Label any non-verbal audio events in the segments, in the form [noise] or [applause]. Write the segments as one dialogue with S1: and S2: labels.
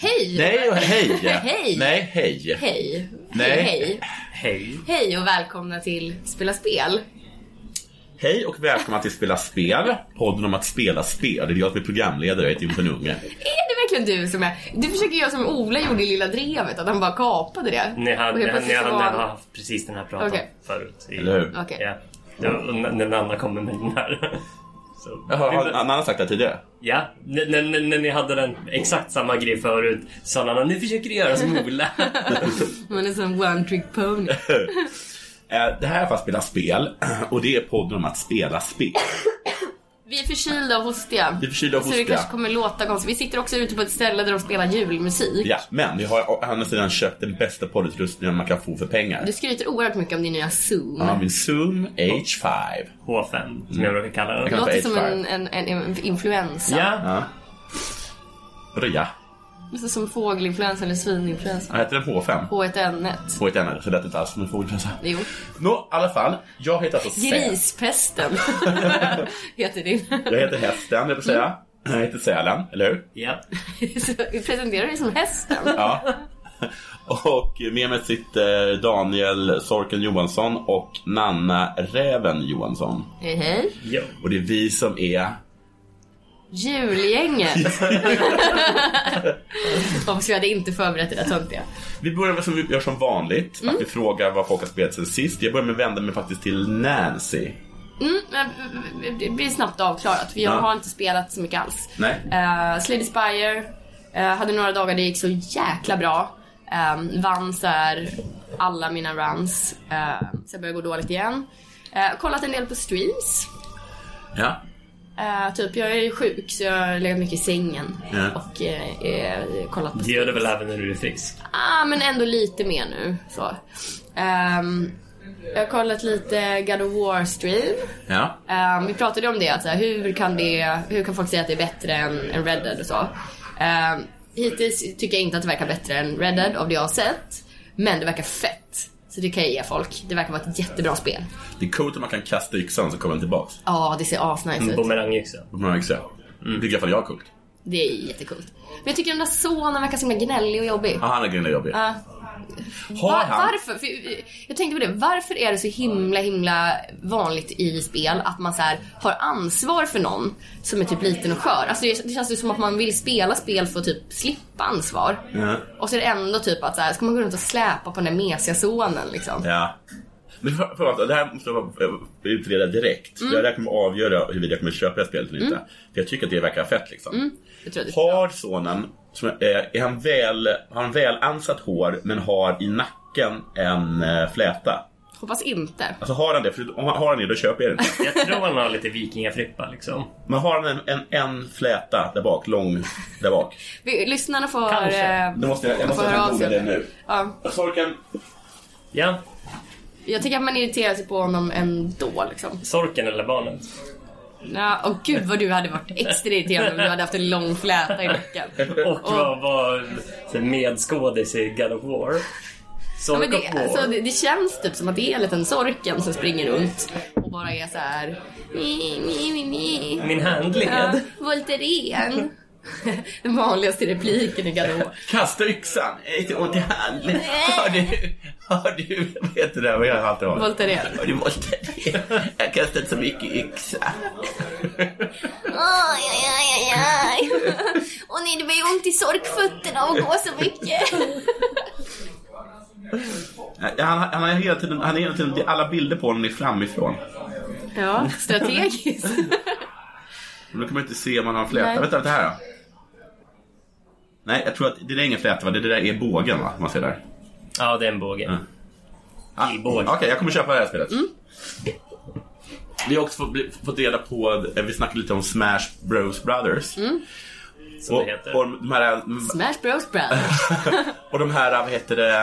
S1: Hej!
S2: Nej och hej.
S1: Hej.
S2: Nej, hej.
S1: Hej!
S2: Nej.
S1: Hej!
S2: Hej.
S1: Hej och välkomna till Spela Spel!
S2: Hej och välkomna till Spela Spel, podden om att spela spel. Det är jag som är programledare, jag heter Jonathan Unge.
S1: Är det verkligen du som är... Du försöker göra som Ola gjorde i Lilla Drevet, att han bara kapade det.
S3: Ni har,
S1: Och
S3: ni,
S1: helt
S3: har, ni,
S1: plötsligt
S3: har,
S1: så
S3: ni
S1: var han-
S3: har haft precis den här pratan
S1: Okej.
S3: förut. I,
S2: Eller hur?
S1: Okej.
S3: Ja. Ja, och n- när Nanna kommer med den här. [laughs] Så.
S2: Jaha, har någon annan sagt det här tidigare?
S3: Ja, när, när, när, när ni hade den exakt samma grej förut sa Nanna nu försöker du göra som
S1: [laughs]
S3: Ola.
S1: Man är som one trick
S2: [laughs]
S1: pony.
S2: Eh, Det här är för att spela spel [clears throat] och det är podden om att spela spel.
S1: Vi är förkylda och hostiga.
S2: Vi är förkylda och
S1: Så det
S2: hostiga.
S1: kanske kommer låta konstigt. Vi sitter också ute på ett ställe där de spelar julmusik.
S2: Ja, men vi har å andra sidan köpt den bästa poddutrustningen man kan få för pengar.
S1: Du skryter oerhört mycket om din nya Zoom.
S2: Ja, min Zoom H5.
S3: H5 som jag brukar kalla
S2: Jag
S3: den.
S1: det
S2: kan-
S1: låter
S2: för
S1: som
S2: H5.
S1: en, en, en, en influensa.
S3: Ja,
S2: Vadå ja?
S1: Låter Som fågelinfluensa eller svininfluensa.
S2: Ja, Heter den H5?
S1: H1N1.
S2: På ett annat, så det är inte alls som en fågelfränsa.
S1: Jo.
S2: Nå, i alla fall. Jag heter alltså Säl.
S1: Grispesten [laughs] heter din.
S2: Jag heter Hästen, jag vill säga. Jag heter Sälen, eller hur?
S3: ja.
S1: Så Vi [laughs] presenterar dig som hästen.
S2: Ja. Och med mig sitter Daniel Sorken Johansson och Nanna Räven Johansson.
S1: Hej hej.
S3: ja.
S2: Och det är vi som är...
S1: Julgänget. [laughs] Hoppas vi hade inte förberett det där töntiga.
S2: Vi börjar med som vi gör som vanligt, att vi frågar vad folk har spelat sen sist. Jag börjar med att vända mig faktiskt till Nancy.
S1: Mm, men det blir snabbt avklarat för jag
S2: Ja.
S1: har inte spelat så mycket alls.
S2: Nej.
S1: Uh, Slade Spire eh, hade några dagar det gick så jäkla bra. Um, vann så här alla mina runs. Uh, sen började det gå dåligt igen. Eh, kollat en del på streams.
S2: Ja.
S1: Eh, typ, jag är ju sjuk så jag har legat mycket i sängen
S2: Ja.
S1: och eh, eh, kollat på
S3: Det gör det väl även när du är frisk?
S1: Ah, men ändå lite mer nu. Så. Ehm, jag har kollat lite God of War-stream.
S2: Ja.
S1: Ehm, vi pratade om det, att så här, hur, kan det, hur kan folk säga att det är bättre än, än Red Dead och så. Ehm, hittills tycker jag inte att det verkar bättre än Red Dead av det jag har sett. Men det verkar fett. Så det kan jag ge folk. Det verkar vara ett jättebra spel.
S2: Det är coolt att man kan kasta yxan så kommer den tillbaks.
S1: Ja, det ser asnice
S2: Mm,
S3: En
S1: ut.
S3: bumerangyxa.
S2: På många yxor. Det tycker i alla fall jag är coolt.
S1: Det är jättekult. Men jag tycker den där sonen verkar så himla gnällig och jobbig.
S2: Ja, han är grejen jobbig.
S1: Ja.
S2: Har
S1: Var,
S2: han?
S1: varför? För jag tänkte på det. Varför är det så himla himla vanligt i spel att man så här har ansvar för någon som är typ liten och skör? Alltså det, det känns ju som att man vill spela spel för att typ slippa ansvar.
S2: Ja.
S1: Och så är det ändå typ att så här, ska man gå runt och släpa på den där mesiga sonen liksom?
S2: Ja. Men för, för, det här måste jag eh, utreda direkt. Jag räknar med att avgöra huruvida jag kommer köpa det här spelet eller inte. För jag tycker att det verkar fett liksom.
S1: Jag tror att det,
S2: Har sonen, som är, är han väl, har han väl ansat hår men har i nacken en eh, fläta?
S1: hoppas inte.
S2: Alltså har han det, för om han har han det då köper jag det inte.
S3: Jag tror han har lite vikingafrippa liksom.
S2: Men har han en, en, en fläta där bak, lång där bak.
S1: Vi, lyssnarna får...
S3: Kanske.
S1: eh,
S2: Då måste jag, jag måste
S1: får höra av
S2: googla
S1: sig.
S2: det nu. Alltså,
S1: Ja,
S2: Sorken,
S3: Ja,
S1: jag tycker att man irriterar sig på honom ändå liksom.
S3: Sorken eller barnet.
S1: Ja, och gud vad du hade varit extra irriterad om du hade haft en lång
S3: [laughs]
S1: fläta i nacken.
S3: Och var, var medskådis i God of War.
S1: Ja, men
S3: Sorka
S1: det,
S3: på.
S1: alltså, det, det känns typ som att det är en liten Sorken som springer runt och bara är så här... "Ni, ni, ni, ni."
S3: Min handled.
S1: Ja, Voltaren. [laughs] Den vanligaste repliken i Gadot.
S2: Kasta yxan! Eh, till- Åt det hand. Hör du? Hör du? Vad heter det? Vad jag alltid har?
S1: Voltaren.
S2: Har du volterat? Jag har kastat så mycket yxa.
S4: Aj, aj, aj, aj, aj. Åh nej, det blir ont i sorkfötterna och gå så mycket.
S2: Han, han, är hela tiden, han är hela tiden, det är alla bilder på honom är framifrån.
S1: Ja, strategiskt.
S2: Men då kan man inte se om han har en fläta.
S1: Nej.
S2: Vänta, vänta här då. Nej, jag tror att det där är ingen fläta va? Det där är bågen va? Man ser där.
S3: Ja, det är en båge.
S2: Mm. Ah,
S3: Pilbåge.
S2: Okej, jag kommer köpa det här spelet.
S1: Mm.
S2: Vi har också fått, bli- fått reda på, eh, vi snackade lite om Smash Bros Brothers.
S1: Mm.
S3: Som
S2: Och,
S3: det heter.
S2: och de här,
S1: Smash Bros Brothers.
S2: och de här vad heter det,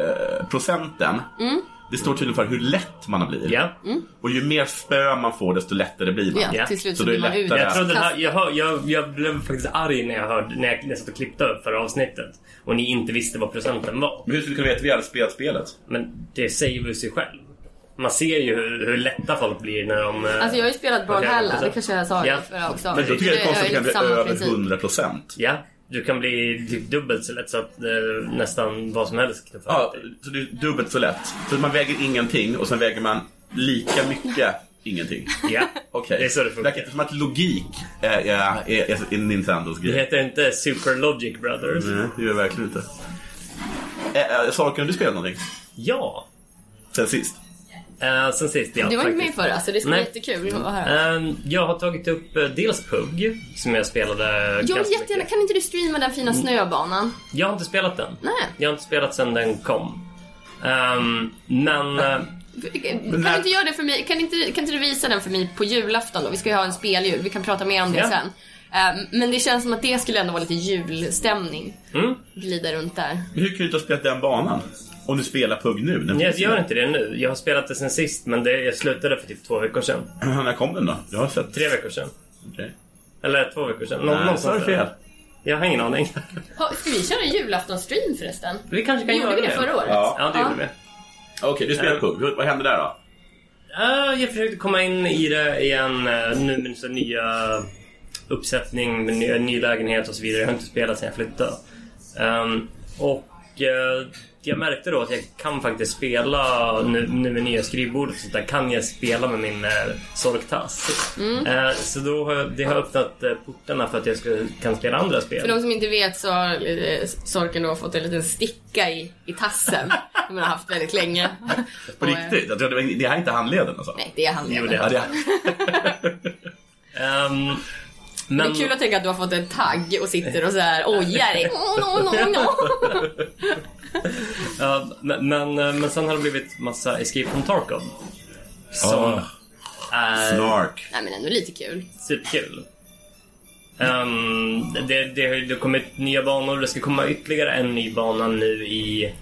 S2: eh, procenten.
S1: Mm.
S2: Det står tydligen för hur lätt man blir.
S3: Ja.
S2: Och ju mer spö man får desto lättare blir man.
S1: Ja, till slut
S2: Så
S1: så
S2: det är
S1: blir man
S2: lättare.
S1: utkastad.
S3: Jag, trodde den här, jag, hör, jag, jag blev faktiskt arg när jag, hörde, när jag, när jag satt och klippte upp förra avsnittet och ni inte visste vad procenten var.
S2: Men hur skulle du kunna veta att vi hade spelat spelet?
S3: Men det säger väl sig själv. Man ser ju hur, hur lätta folk blir när de... eh,
S1: Alltså jag har ju spelat Brawlhalla, det kanske jag sa
S3: Ja.
S1: i förra också.
S2: Men då tycker jag det är konstigt att det kan
S1: samma
S2: bli över
S1: princip.
S2: 100 procent.
S3: Ja, du kan bli typ dubbelt så lätt så att eh, nästan vad som helst kan få
S2: Ja,
S3: dig.
S2: så det är dubbelt så lätt. Så man väger ingenting och sen väger man lika mycket ingenting.
S3: Ja,
S2: Okej.
S3: det är så det funkar.
S2: verkar inte som att logik är, är, är, är, är Nintendos
S3: Det
S2: grej.
S3: heter inte Super Logic Brothers.
S2: Nej, Mm, det gör det verkligen inte. Äh, äh, Sarken, har du spelat någonting
S3: Ja!
S2: sen sist?
S3: Eh, sen sist, ja,
S1: Du var inte med i
S3: faktiskt.
S1: förra, så det ska bli
S3: Nej.
S1: jättekul att höra.
S3: Ehm, jag har tagit upp eh, dels PUG som jag spelade
S1: Jag vill
S3: ganska
S1: jättegärna,
S3: mycket.
S1: kan inte du streama den fina snöbanan?
S3: Jag har inte spelat den.
S1: Nej.
S3: Jag har inte spelat sen den kom. Ehm, men... eh,
S1: Kan du inte göra det för mig? Kan inte, kan inte du visa den för mig på julafton då? Vi ska ju ha en speljul, vi kan prata mer om det
S3: Ja.
S1: sen. Eh, men det känns som att det skulle ändå vara lite julstämning. Glida runt där.
S2: Men Hur kan du inte ha spelat den banan? Om du spelar PUG nu? När,
S3: jag gör inte det nu. Jag har spelat det sen sist men det, jag slutade för typ två veckor sedan.
S2: [clears throat] När kom den då? Jag har sett.
S3: Tre veckor sedan.
S2: Okej.
S3: Eller två veckor sedan. Nå-
S2: Nej, så är det
S3: där.
S2: fel.
S3: Jag har ingen aning.
S1: Ha, ska vi köra en julaftonstream förresten?
S3: Vi kanske kan
S1: Gjorde
S3: göra
S1: vi
S3: det.
S1: det förra året?
S2: Ja.
S3: Ja, det gjorde vi.
S2: Okej, du
S3: Äh.
S2: spelar PUG. Hur- Vad hände där då?
S3: Eh, jag försökte komma in i det igen eh, nu med så nya uppsättning, med ny, ny lägenhet och så vidare. Jag har inte spelat sedan jag flyttade. Ehm, och eh, jag märkte då att jag kan faktiskt spela nu, nu med nya skrivbordet och sånt där kan jag spela med min uh, sorktass.
S1: Mm.
S3: Eh, så då har jag, det har öppnat uh, portarna för att jag ska, kan spela andra spel.
S1: För de som inte vet så har eh, Sorken då fått en liten sticka i, i tassen. som han har haft väldigt länge.
S2: På
S1: Och, eh,
S2: riktigt? Jag tror det, det här är inte handleden alltså?
S1: Nej, det är han.
S3: Jo,
S1: det.
S3: det
S1: är.
S2: Ja, det,
S3: Ehm,
S1: Det
S3: men-
S1: är kul att tänka att du har fått en tagg och sitter och så här ojar dig. Oh, no, no, no.
S3: Ja, men, men, eh, men sen har det blivit massa Escape from Tarkov. Som
S2: Ah.
S3: är
S2: Snark.
S1: Nej men ändå lite kul.
S3: superkul. Ehm, det, det har ju det har kommit nya banor det ska komma ytterligare en ny bana nu i...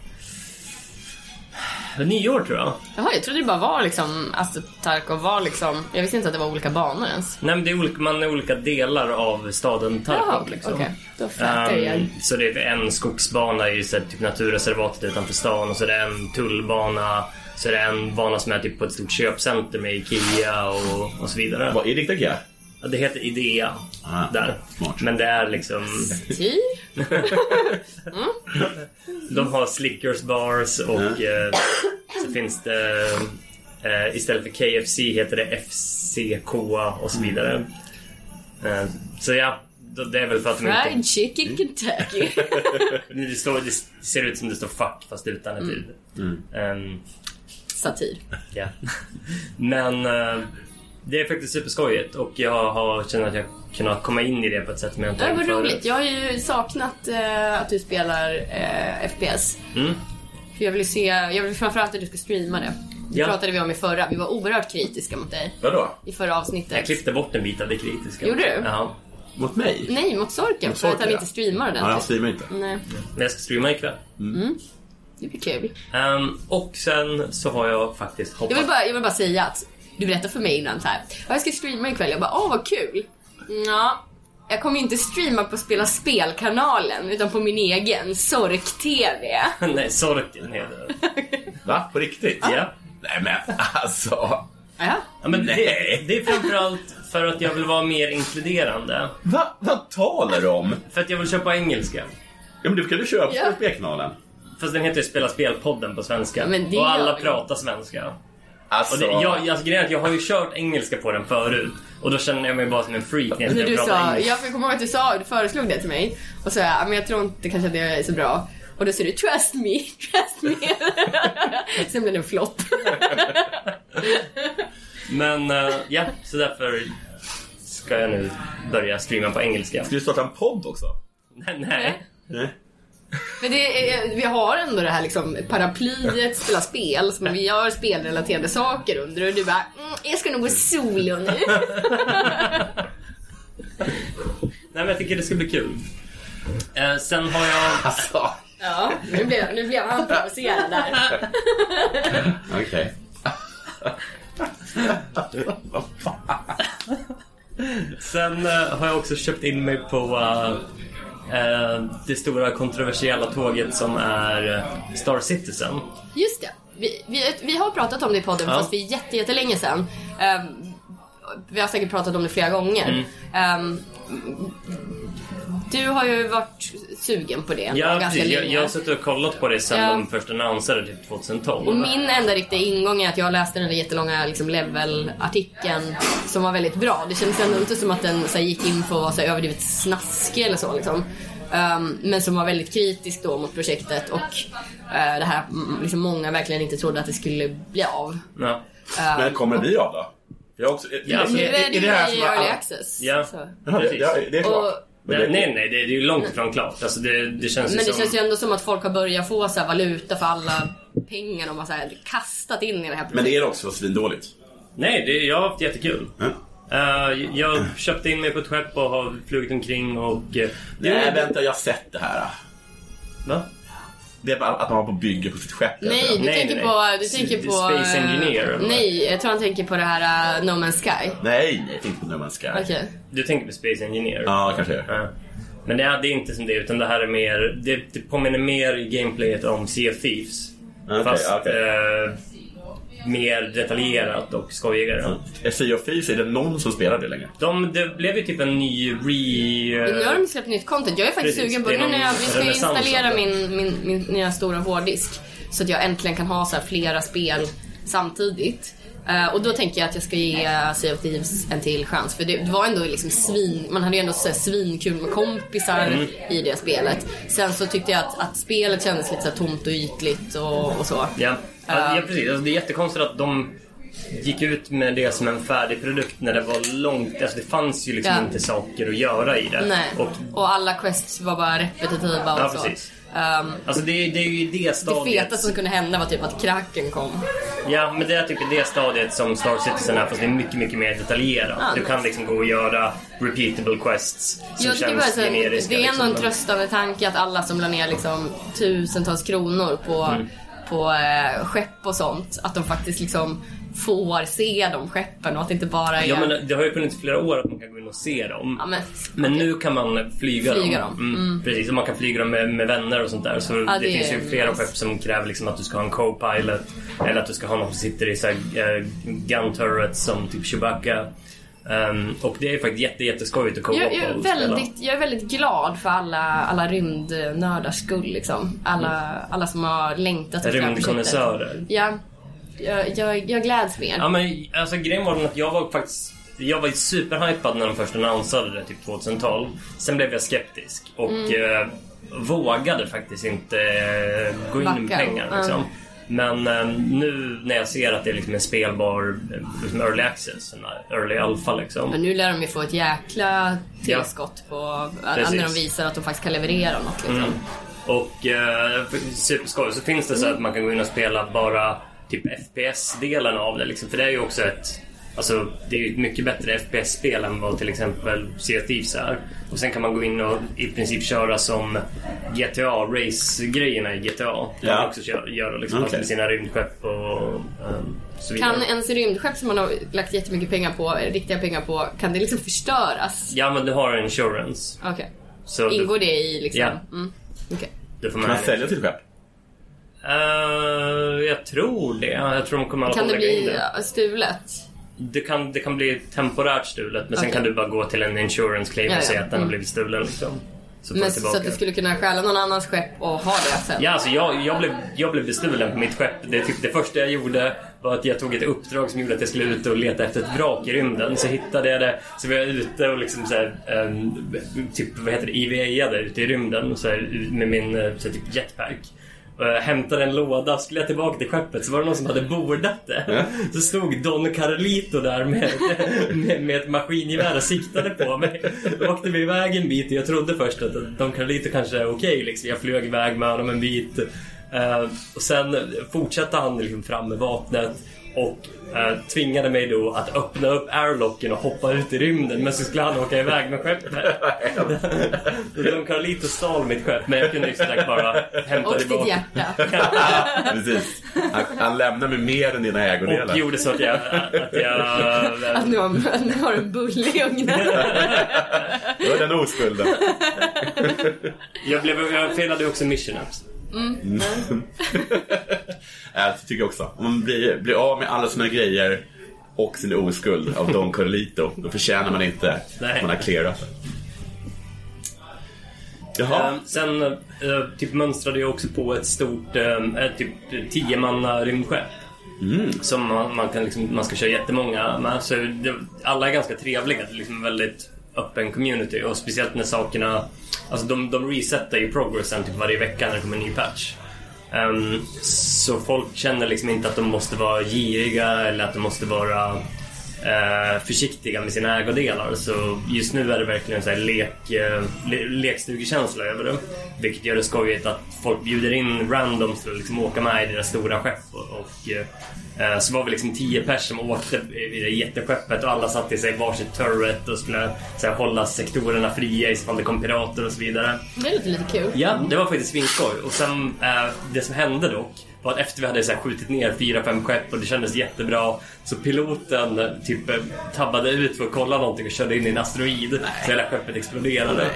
S3: Nyår tror jag.
S1: Jaha, jag trodde det bara var liksom Astro Tarkov var liksom. Jag visste inte att det var olika banor ens.
S3: Nej, men det är olika, man är olika delar av staden Tarkov.
S1: Jaha, okej. Um,
S3: liksom.
S1: Då fattar
S3: Ehm,
S1: jag.
S3: så det är en skogsbana i så här, typ naturreservatet utanför stan och så är det en tullbana. Så är det en bana som är typ på ett stort köpcenter med Ikea och, och så vidare.
S2: Vad är det riktigt? ja?
S3: Ja, Det heter Idea
S2: Ah,
S3: där.
S2: smart.
S3: Men det är liksom...
S1: Ty?
S3: De har Slickers bars och eh, så finns det... Eh, istället för KFC heter det FCK och så vidare. Eh, så ja, då- det är väl för att de inte...
S1: Fried chicken Kentucky. [laughs]
S3: Det, står, det ser ut som det står fuck fast utan ett mm. ljud. Ehm,
S1: Satir.
S3: ja. Men eh, det är faktiskt superskojigt och jag har känner att jag kunnat komma in i det på ett sätt som jag inte
S1: Ja,
S3: har
S1: vad
S3: gjort förut.
S1: roligt. Jag har ju saknat eh, att du spelar eh, FPS.
S2: Mm.
S1: För jag vill se, jag vill framförallt att du ska streama det. Det
S3: Ja.
S1: pratade vi om i förra. Vi var oerhört kritiska mot dig
S2: Vadå?
S1: i förra avsnittet.
S3: Jag klippte bort en bit av det kritiska.
S1: Gjorde du?
S3: Ja.
S2: Mot mig?
S1: Nej, mot Sorken för att
S2: Sorken,
S1: han
S2: ja.
S1: inte streamar Mm.
S2: Ja, jag
S1: ordentligt.
S2: streamar inte.
S1: Nej,
S3: Men jag ska streama ikväll.
S1: det blir kul.
S3: Ehm, och sen så har jag faktiskt hoppat...
S1: Jag vill, bara, jag vill bara säga att du berättade för mig innan så här. Mm, "Ja, Jag ska streama ikväll. Jag bara, åh vad kul. Ja, jag kommer ju inte streama på Spela Spelkanalen utan på min egen Sork-TV.
S3: [laughs] Nej, Sorken heter det.
S2: Va? På riktigt?
S3: Ja.
S2: Nej [laughs] men alltså.
S1: Ja.
S3: Ja, men
S2: Nej.
S3: det, det är framförallt för att jag vill vara mer inkluderande.
S2: Va? Vad talar du om?
S3: För att jag vill köpa engelska.
S2: Ja men det kan du köpa
S1: Ja.
S2: på spelkanalen.
S3: Fast den heter ju Spela spelpodden på svenska.
S1: Men det
S3: och
S1: gör
S3: alla
S1: vi.
S3: pratar svenska.
S2: Alltså.
S3: Och det, jag, alltså, grejen är att jag har ju kört engelska på den förut. Och då känner jag mig bara som en freak när jag
S1: När
S3: ska
S1: du
S3: prata
S1: sa,
S3: engelska.
S1: jag kommer ihåg att du sa, du föreslog det till mig. Och så jag, "Ah, men jag tror inte kanske att det är så bra. Och då sa du 'Trust me, [laughs] trust me' Sen blev det en flopp.
S3: Men eh, ja, så därför ska jag nu börja streama på engelska. [laughs]
S2: Ska du starta en podd också?
S3: Nej, nej.
S2: Nej.
S1: Men det är, vi har ändå det här liksom paraplyet spela spel som vi gör spelrelaterade saker under och du bara mm, jag ska nog gå solo nu.
S3: nej, men jag tycker det ska bli kul. Eh, sen har jag...
S2: Alltså.
S1: [laughs] Ja, nu blev, nu blev han provocerad där.
S2: Okej. Vad fan?
S3: Sen eh, har jag också köpt in mig på eh, eh, det stora kontroversiella tåget som är eh, Star Citizen.
S1: Just det. Vi, vi, vi har pratat om det i podden
S3: Ja.
S1: fast vi är jätte, jättelänge sedan. Ehm, vi har säkert pratat om det flera
S3: Mm.
S1: gånger. Ehm, du har ju varit sugen på det
S3: Ja,
S1: ganska
S3: precis. Jag,
S1: länge.
S3: jag har suttit och kollat på det sen
S1: Ja.
S3: de först annonserade typ 2012.
S1: Och min enda riktiga ingång är att jag läste den där jättelånga liksom, level-artikeln som var väldigt bra. Det kändes ändå inte som att den så här, gick in på att vara så här, överdrivet snaskig eller så. Liksom. Ehm, men som var väldigt kritisk då mot projektet och eh, det här mm, liksom, många verkligen inte trodde att det skulle bli av.
S3: Ja.
S1: Ehm.
S2: Men kommer det bli av då? Jag har också,
S3: Ja, alltså,
S1: nu
S3: är-
S1: är det ju
S2: det här
S1: i
S2: som är-
S1: early access.
S3: Ja.
S1: Så.
S2: Ja, det, det, det är klart.
S1: Och-
S2: Men
S3: Nej,
S2: det-
S3: nej, nej, det är ju långt ifrån klart. Alltså det, det känns ju
S1: Men det
S3: som...
S1: känns ju ändå som att folk har börjat få så här, valuta för alla pengar de har så här, kastat in i det här projektet.
S2: Men det är också svindåligt.
S3: Nej, det, jag har haft jättekul.
S2: Mm.
S3: Eh, jag köpte in mig på ett skepp och har flugit omkring och... eh,
S2: Nej,
S3: Jo,
S2: vänta, jag har sett det här.
S3: Va?
S2: Det är bara att man var på bygge på sitt skepp.
S1: Nej, du
S3: Nej,
S1: tänker
S3: nej,
S1: på...
S3: nej.
S1: Du
S3: S-
S1: tänker på...
S3: Space
S1: eh,
S3: Engineer, eller?
S1: Nej, jag tror han tänker på det här eh, No Man's Sky.
S2: Nej, nej, jag tänkte på No Man's Sky.
S1: Okej.
S3: Du tänker på Space Engineer?
S2: Ja, kanske det.
S3: Ja. Eh, Men det är, det är inte som det, utan det här är mer... Det, det påminner mer i gameplayet om Sea of Thieves.
S2: Okej,
S3: fast
S2: okej.
S3: eh, mer detaljerat och skojigare.
S2: Är Sea of Thieves, är det någon som spelar det längre?
S3: De, det blev ju typ en ny re...
S1: Men Nu har de släppt nytt content. Jag är faktiskt
S3: Eh, Precis,
S1: sugen på
S3: det
S1: det
S3: är
S1: nu
S3: någon
S1: när jag, vi ska ju
S3: renässans alltså.
S1: installera
S3: av det.
S1: min, min, min nya stora hårddisk. Så att jag äntligen kan ha så här flera spel samtidigt. Eh, och då tänker jag att jag ska ge eh, Sea of Thieves en till chans. För det, det var ändå liksom svin... Man hade ju ändå så här svinkul med kompisar
S3: Mm.
S1: i det spelet. Sen så tyckte jag att, att spelet kändes lite så här tomt och ytligt och, och så.
S3: Ja, ja,
S1: Eh.
S3: ja precis. Alltså, det är jättekonstigt att de gick ut med det som en färdig produkt när det var långt... Alltså det fanns ju liksom
S1: Ja.
S3: inte saker att göra i det.
S1: Nej. eh, Och,
S3: Och,
S1: alla quests var bara repetitiva och
S3: ja,
S1: så.
S3: precis.
S1: Ehm,
S3: Alltså det, är- det är ju i det
S1: det
S3: stadiet...
S1: feta som kunde hända var typ att kraken kom.
S3: Ja, men det är typ i det stadiet som Star Citizen är fast det är mycket, mycket mer detaljerat.
S1: Ja,
S3: du kan liksom gå och göra repeatable quests som
S1: Jag tycker bara
S3: känns
S1: så här,
S3: generiska.
S1: det är ändå
S3: liksom.
S1: en tröstande tanke att alla som la ner liksom tusentals kronor på, på eh, skepp och sånt, att de faktiskt liksom får se de skeppen och att det inte bara är...
S3: Ja, men det har ju funnits flera år att man kan gå in och se dem.
S1: Ja, men-
S3: Men nu kan man flyga,
S1: Flyga
S3: dem.
S1: dem.
S3: Mm, Precis, och man kan flyga dem med, med vänner och sånt där. Så det,
S1: det
S3: finns
S1: är
S3: ju flera
S1: nice.
S3: skepp som kräver liksom att du ska ha en co-pilot. Eller att du ska ha någon som sitter i så här, eh, gun turrets som typ Chewbacca. Ehm, och det är faktiskt jätte, jätteskojigt att co-op
S1: jag, jag, är
S3: och spela.
S1: väldigt, jag är väldigt glad för alla, alla rymdnördars skull. Liksom. Alla, alla som har längtat efter det här projektet.
S3: Mm. Rymdkonnässörer.
S1: Ja, jag, jag, jag gläds mer.
S3: Ja men alltså grejen var den att jag var faktiskt jag var ju superhypad när de först annonserade det typ 2012. Sen blev jag skeptisk och
S1: Mm.
S3: eh, vågade faktiskt inte eh, gå in med
S1: Backa.
S3: pengar. Liksom.
S1: Mm.
S3: Men eh, nu när jag ser att det är liksom en spelbar eh, liksom early access, en early alpha liksom.
S1: Men nu lär de ju få ett jäkla
S3: Ja.
S1: tillskott på
S3: Precis. Mm.
S1: när de visar att de faktiskt kan leverera något. Liksom.
S3: Och eh, superskoj. Så finns det så att man kan gå in och spela bara typ FPS-delen av det. Liksom. För det är ju också ett... Alltså, det är ju ett mycket bättre FPS-spel än vad till exempel Sea of Thieves är. Och sen kan man gå in och i princip köra som GTA, race-grejerna i GTA. Kan
S2: Ja.
S3: man också köra, göra liksom, fast
S2: Okej.
S3: med sina rymdskepp och... ehm, så vidare.
S1: Kan ens rymdskepp som man har lagt jättemycket pengar på, riktiga pengar på, kan det liksom förstöras?
S3: Ja, men du har insurance.
S1: Okej.
S3: Så
S1: Ingår
S3: du,
S1: det i liksom?
S3: Ja.
S1: Mm. Okej.
S3: Du får
S2: Kan man
S3: manage.
S2: sälja sitt skepp?
S3: Eh, jag tror det. Ja, Jag tror de kommer
S1: Kan
S3: att
S1: det
S3: lägga in
S1: bli
S3: det.
S1: ja, stulet?
S3: Det kan, det kan bli temporärt stulet, men sen
S1: Okej.
S3: kan du bara gå till en insurance claim
S1: Ja,
S3: och
S1: ja.
S3: säga att den har
S1: Mm.
S3: blivit stulen. Liksom. Så får du
S1: Men, så
S3: tillbaka
S1: att du
S3: det.
S1: skulle kunna stjäla någon annans skepp och ha det sen?
S3: Ja, alltså jag, jag, blev, jag blev bestulen på mitt skepp. Det, typ, det första jag gjorde var att jag tog ett uppdrag som gjorde att jag skulle ut och leta efter ett vrak i rymden. Så hittade jag det. Så var jag ute och liksom så här, ehm, typ, vad heter det, IVA-ade ute i rymden så här, med min eh, så här, typ jetpack. Och jag hämtade en låda, skulle jag tillbaka till skeppet så var det någon som hade bordat det. Så stod Don Carlito där med, med, med ett maskingevär och siktade på mig. Då åkte vi iväg en bit och jag trodde först att Don Carlito kanske är okej. liksom. Jag flög iväg med honom en bit. Eh, och sen fortsatte han liksom fram med vapnet och eh, tvingade mig då att öppna upp airlocken och hoppa ut i rymden. Men så skulle han åka iväg med skeppet. Så Don Carlito stal mitt skepp men jag kunde ju såklart bara hämta
S1: Och ditt
S3: tillbaka.
S1: hjärta?
S3: [laughs]
S2: Precis. Han, han lämnar med mer än dina ägodelar.
S3: Och gjorde så att jag... Att jag
S1: Att nu har, nu har en bulle i ugnen?
S2: Det var den oskulden.
S3: jag, blev, jag felade också mission ups.
S2: Ja, det tycker jag också. Om man blir, blir av med alla sina grejer och sin oskuld av Don Corlito, då förtjänar man inte
S3: Nej.
S2: att man har clearat det. Jaha.
S3: Ehm, sen eh, typ mönstrade jag också på ett stort um, typ tiomanna rymdskepp. Som man, man, kan liksom, man ska köra jättemånga med. Så det, alla är ganska trevliga. Det är liksom en väldigt öppen community. Och speciellt när sakerna... Alltså de, de resetar ju progressen typ varje vecka när det kommer en ny patch. Ehm, så folk känner liksom inte att de måste vara giriga eller att de måste vara eh, försiktiga med sina ägodelar. Så just nu är det verkligen så här lek, eh, le, lekstugekänsla över det. Vilket gör det skojigt att folk bjuder in randoms för att liksom åka med i deras stora skepp. Och, och, eh, så var vi liksom tio pers som åkte i det jätteskeppet och alla satte i sig varsitt turret och skulle så här, hålla sektorerna fria ifall det kom pirater och så vidare.
S1: Det låter lite kul.
S3: Ja, det var faktiskt svinskoj. Och sen eh, det som hände dock var att efter vi hade så här, skjutit ner fyra, fem skepp och det kändes jättebra så piloten eh, typ eh, tabbade ut för att kolla någonting och körde in i en asteroid så hela skeppet exploderade.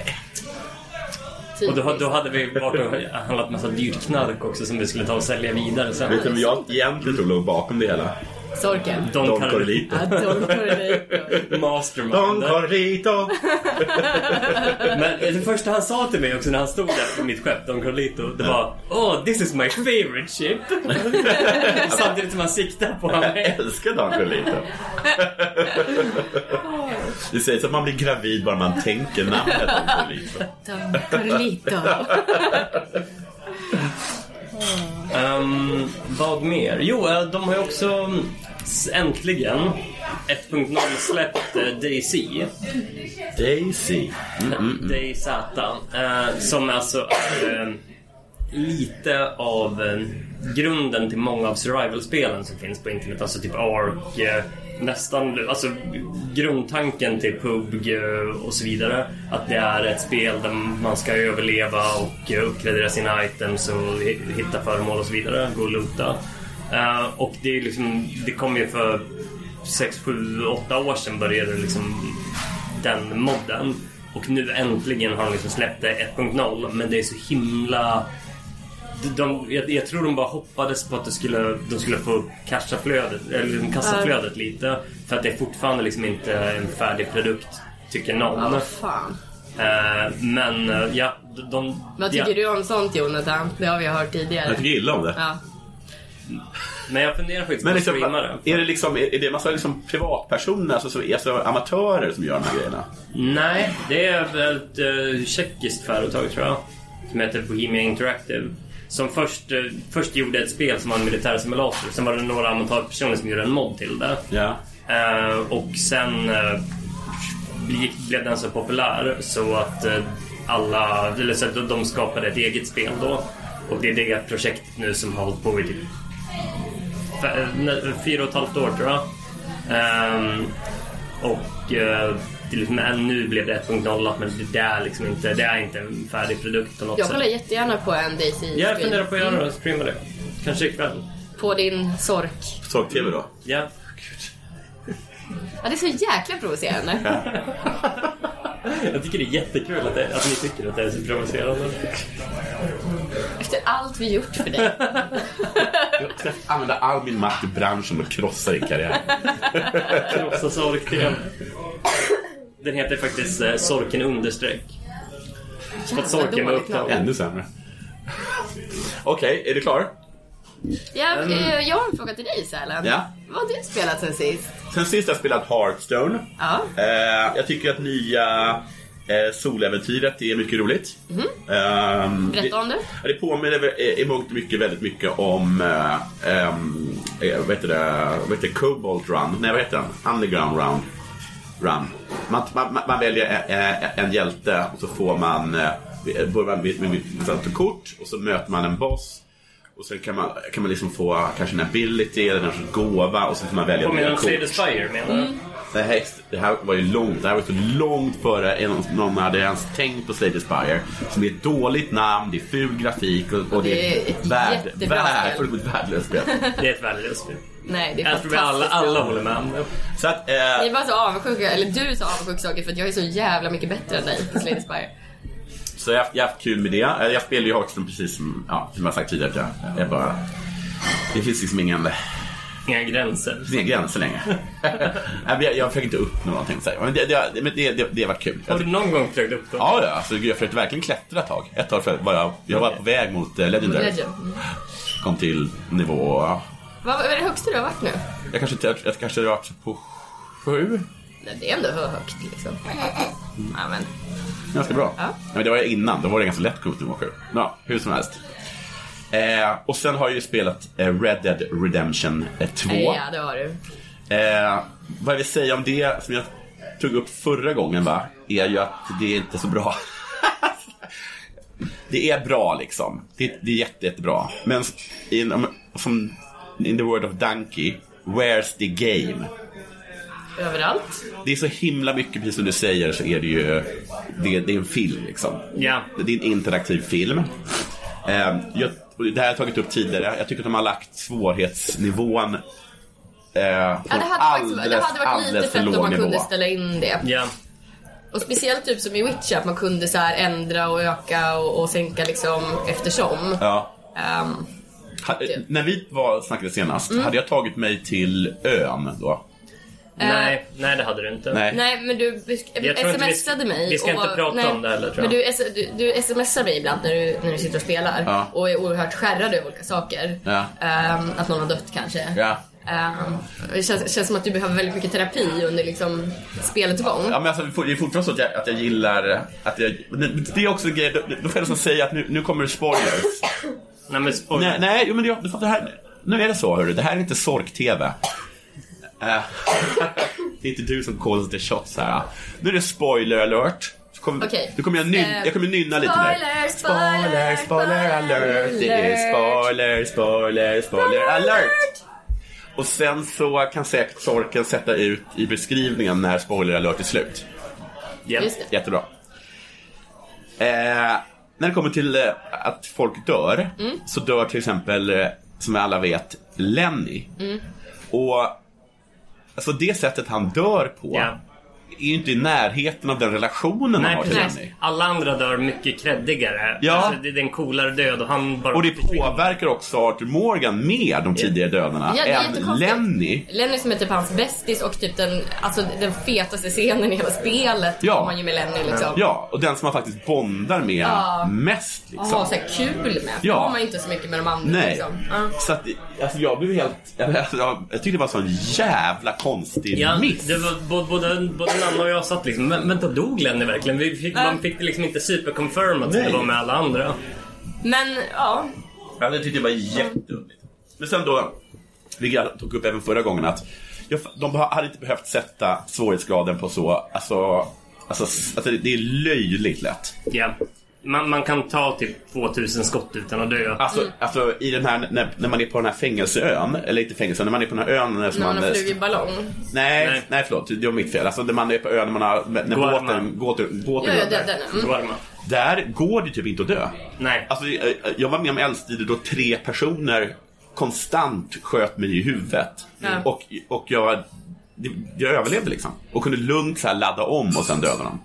S3: Och då, då hade vi varit och handlat massa dyrt knark också som vi skulle ta och sälja vidare sen.
S2: Vet du vem jag egentligen tror låg bakom det hela?
S1: Sorken.
S3: Don,
S2: Don
S3: Carl-
S2: Corlito.
S1: Ja, Don Corlito.
S3: Mastermind.
S2: Don Corlito!
S3: Men det första han sa till mig också när han stod där på mitt skepp, Don Carlito, det var Oh, this is my
S2: [laughs]
S3: favorite ship! Samtidigt som han siktade på
S2: Jag
S3: mig.
S2: älskar Don Corlito. Det sägs att man blir gravid bara man tänker namnet Don Corlito.
S1: Don Corlito.
S3: Ehm, vad mer? Jo, eh, de har ju också mm, s- äntligen 1.0 släppt eh, DayZ.
S2: Daisy.
S3: DayZ. eh, som alltså är eh, lite av eh, grunden till många av survival-spelen som finns på internet. Alltså typ Ark, eh, nästan alltså grundtanken till PUBG eh, och så vidare. Att det är ett spel där man ska överleva och eh, uppgradera sina items och hi- hitta föremål och så vidare. Gå och loota. Eh, och det, är liksom, det kom ju för 6, 7, 8 år sedan började liksom den modden. Och nu äntligen har de liksom släppt det 1.0 men det är så himla... De, de, jag, jag tror de bara hoppades på att det skulle, de skulle få upp kassaflödet, eller liksom kassaflödet lite. För att det är fortfarande liksom inte en färdig produkt, tycker någon.
S1: Ja, vad fan.
S3: Eh, men eh, ja, de... de
S1: Vad tycker
S3: ja.
S1: du om sånt Jonathan? Det har vi hört
S2: Jag
S1: tidigare.
S2: tycker illa om det.
S1: Ja.
S3: Men jag funderar faktiskt på
S2: Men
S3: att
S2: liksom,
S3: streama det.
S2: är det liksom, är är det en massa liksom privatpersoner, alltså, som- alltså amatörer som gör de här grejerna?
S3: Nej, det är väl ett eh, tjeckiskt företag tror jag. Som heter Bohemia Interactive. Som först, eh, först gjorde ett spel som var en militär simulator. Sen var det några amatörpersoner som gjorde en mod till det.
S2: Ja.
S3: Eh, och sen eh, gick, blev den så populär så att eh, alla, eller så att de- de skapade ett eget spel då. Och det är det projektet nu som har hållit på i typ fe- nej, fyra och ett halvt år tror jag. Ehm, och eh, det är liksom, än nu blev det 1.0 men det, är liksom inte, det är inte en färdig produkt på något
S1: Jag kollar
S3: sätt.
S1: jättegärna på en Daisy
S3: Jag
S1: Screen.
S3: funderar på att göra det, streama det. Kanske ikväll.
S1: På din sork.
S2: Sork-TV då?
S3: Ja.
S1: Ja, det är så jäkla provocerande.
S3: Jag tycker det är jättekul att, det, att ni tycker att det är så provocerande.
S1: Efter allt vi gjort för dig.
S2: Jag ska använda all min makt i branschen och krossa din karriär.
S3: Krossa Alltså, sorken. Den heter faktiskt eh, Sorken understreck. Så att [laughs] sorken var
S1: Dåligt namn.
S3: upptagen.
S2: Ännu sämre. Okej, är du klar?
S1: Jag,
S3: Mm.
S1: eh, jag har en fråga till dig Sälen.
S2: Ja.
S1: Vad har du spelat sen sist?
S2: Sen sist har jag spelat Hearthstone.
S1: Ja.
S2: Eh, jag tycker att nya eh, Soläventyret är mycket roligt. Ehm,
S1: Mhm. Berätta om det.
S2: Ja, Det påminner väl- eh, i i mångt och mycket väldigt mycket om eh, ehm, eh, vad heter det, vad heter det, Cobalt Run? Nej, vad heter den? Underground Run. Run. Man, man, man- man väljer eh, eh, en hjälte och så får man, eh, börjar man med, med, med ett antal kort och så möter man en boss. Och sen kan man, kan man liksom få kanske en ability eller någon sorts gåva och sen får man välja
S3: Påminner
S2: nya
S3: om Slay the Spire menar du?
S2: det här, det här var ju långt, det här var så långt före en- någon hade ens tänkt på Slade Spire. Så det är ett dåligt namn, det är ful grafik och, och det
S1: Det
S2: är
S1: är ett
S2: värd,
S1: jättebra
S2: värd,
S1: spel.
S2: fullkomligt värdelöst spel.
S3: Det är ett värdelöst spel.
S1: Nej, det är
S3: Jag tror vi
S1: fantastiskt.
S3: alla, alla håller med om det.
S2: Så att,
S1: Ni
S2: eh,
S1: är bara så avundsjuka, eller du är så avundsjuk saker för att jag är så jävla mycket bättre än dig på Slay the Spire.
S2: så jag har haft- jag har haft kul med det. Eh, Jag spelar ju Hearthstone precis som, ja, som jag sagt tidigare. att Jag, jag bara, det finns liksom ingen, det
S3: Inga gränser.
S2: finns inga gränser längre. [laughs] Nej, men jag, jag försöker inte uppnå någonting. Så här. Men det, det, men det, det, det har varit kul.
S3: Har du typ någon gång försökt upp dem?
S2: Ja, ja. Alltså, gud, jag försökte verkligen klättra ett tag. Ett tag för, var jag, jag var på väg mot eh, Legendary.
S1: Legend. Mm.
S2: Kom till nivå...
S1: Vad vad är det högsta du har varit nu?
S2: Jag kanske, inte- jag, jag kanske rört på sju.
S1: Nej, Det är ändå högt liksom. Ja, men.
S2: Ganska bra.
S1: Ja.
S2: Nej, men det var jag innan. Då var det ganska lätt att komma upp till nivå sju. Ja, hur som helst. Eh, och sen har jag ju spelat eh, Red Dead Redemption eh, 2.
S1: Ja, det har du.
S2: Eh, vad jag vill säga om det som jag tog upp förra gången va, är ju att det är inte så bra. [laughs] det är bra liksom. Det, det är jätte, jättebra. Men in, om- som in the word of Donkey, where's the game?
S1: Överallt.
S2: Det är så himla mycket, precis som du säger, så är det ju det, det är en film liksom.
S3: Ja.
S2: Det är en interaktiv film. Eh, jag, och det här har jag tagit upp tidigare. Jag tycker att de har lagt svårighetsnivån eh, på
S1: Ja, det, hade
S2: alldeles,
S1: faktiskt, det hade varit lite
S2: alldeles för
S1: fett om man
S2: låg
S1: kunde
S2: nivå.
S1: ställa in det.
S3: Ja.
S1: Eh. Och speciellt typ som i Witcher, att man kunde så här ändra och öka och, och sänka liksom eftersom.
S2: Ja.
S1: Ehm,
S2: Ha, eh, när vi var, snackade senast,
S1: Mm.
S2: hade jag tagit mig till ön då?
S3: Nej, nej det hade du inte.
S2: Nej.
S1: nej men du
S3: Jag tror inte vi-
S1: smsade mig.
S3: vi ska inte prata om det heller, tror
S1: Men
S3: jag.
S1: du, s- du, du smsar mig ibland när du, när du sitter och spelar
S2: Ja.
S1: och är oerhört skärrad över olika saker.
S2: Ja.
S1: Ehm, att någon har dött kanske.
S2: Ja.
S1: Ehm, det känns, känns som att du behöver väldigt mycket terapi under liksom spelets gång.
S2: Ja, men alltså, det är fort- det är fortfarande så att jag, att jag gillar att jag, men Det är också en grej, då- då får jag nästan säga att nu, nu kommer det spoilers.
S3: Nej men spoiler.
S2: nej, nej, jo, men det, du fattar, det här, nu är det så hörru, det här är inte sork-tv. Eh, det är inte du som calls the shots här. ah. Nu är det spoiler alert. Så Kom,
S1: Okej.
S2: Nu kommer jag, nyn,
S1: Eh,
S2: jag kommer nynna lite
S1: spoiler,
S2: nu.
S1: spoiler,
S2: spoiler, spoiler alert. Det är spoiler, spoiler, spoiler alert. Och sen så kan säkert sorken sätta ut i beskrivningen när spoiler alert är slut.
S3: Ja.
S1: Just det.
S2: Jättebra. Eh, när det kommer till eh, att folk dör,
S1: Mm.
S2: så dör till exempel, eh, som vi alla vet, Lenny.
S1: Mm.
S2: Och alltså det sättet han dör på
S3: Ja.
S2: är ju inte i närheten av den relationen han
S3: Nej
S2: har till
S3: precis.
S2: Lenny.
S3: Alla andra dör mycket creddigare.
S2: Ja.
S3: Alltså, det är en coolare död och han bara...
S2: Och det påverkar också Arthur Morgan mer, de tidigare dödarna,
S1: Ja, det är
S2: än
S1: jättekonstigt.
S2: Lenny.
S1: Lenny som är typ hans bästis och typ den, alltså, den fetaste scenen i hela spelet
S2: Ja.
S1: har man ju med Lenny liksom.
S2: Ja, och den som man faktiskt bondar med mest.
S1: Och
S2: Liksom.
S1: ha så här kul med.
S2: Ja.
S1: Det har man ju inte så mycket med de andra
S2: Nej.
S1: liksom. Ja.
S2: Så att, alltså jag blev helt... Alltså, jag, jag tyckte det var en sån jävla konstig
S3: Ja,
S2: miss.
S3: det var, både, både, både Nanna och jag satt liksom, "Men- vänta dog Lenny verkligen? Vi fick, man fick det liksom inte superconfirm att det
S2: Nej.
S3: var med alla andra.
S1: Men ja,
S2: Ja, det tyckte jag var jätteunderligt. Men sen då, vilket jag tog upp även förra gången, att jag, de beh- hade inte behövt sätta svårighetsgraden på så... Alltså, alltså, s- alltså det- det är löjligt lätt.
S3: Ja. Man, man kan ta typ 2000 skott utan att dö.
S2: Alltså,
S1: Mm.
S2: alltså i den här, när, när man är på den här fängelseön, eller inte fängelseön, när man är på den här ön som
S1: när man har
S2: man
S1: flugit ballong.
S2: Nej, nej,
S3: Nej.
S2: förlåt. Det var mitt fel. Alltså när man är på ön, när, man har, när
S3: Guarma.
S2: båten, båten, båten
S1: Ja, ja,
S2: rör sig.
S1: den, den. Mm.
S3: Varma.
S2: Där går det typ inte att dö.
S3: Nej.
S2: Alltså, eh, jag var med om eldstrider då tre personer konstant sköt mig i huvudet.
S1: Ja.
S2: Och, och jag, jag överlevde liksom. Och kunde lugnt så här ladda om och sen döda dem.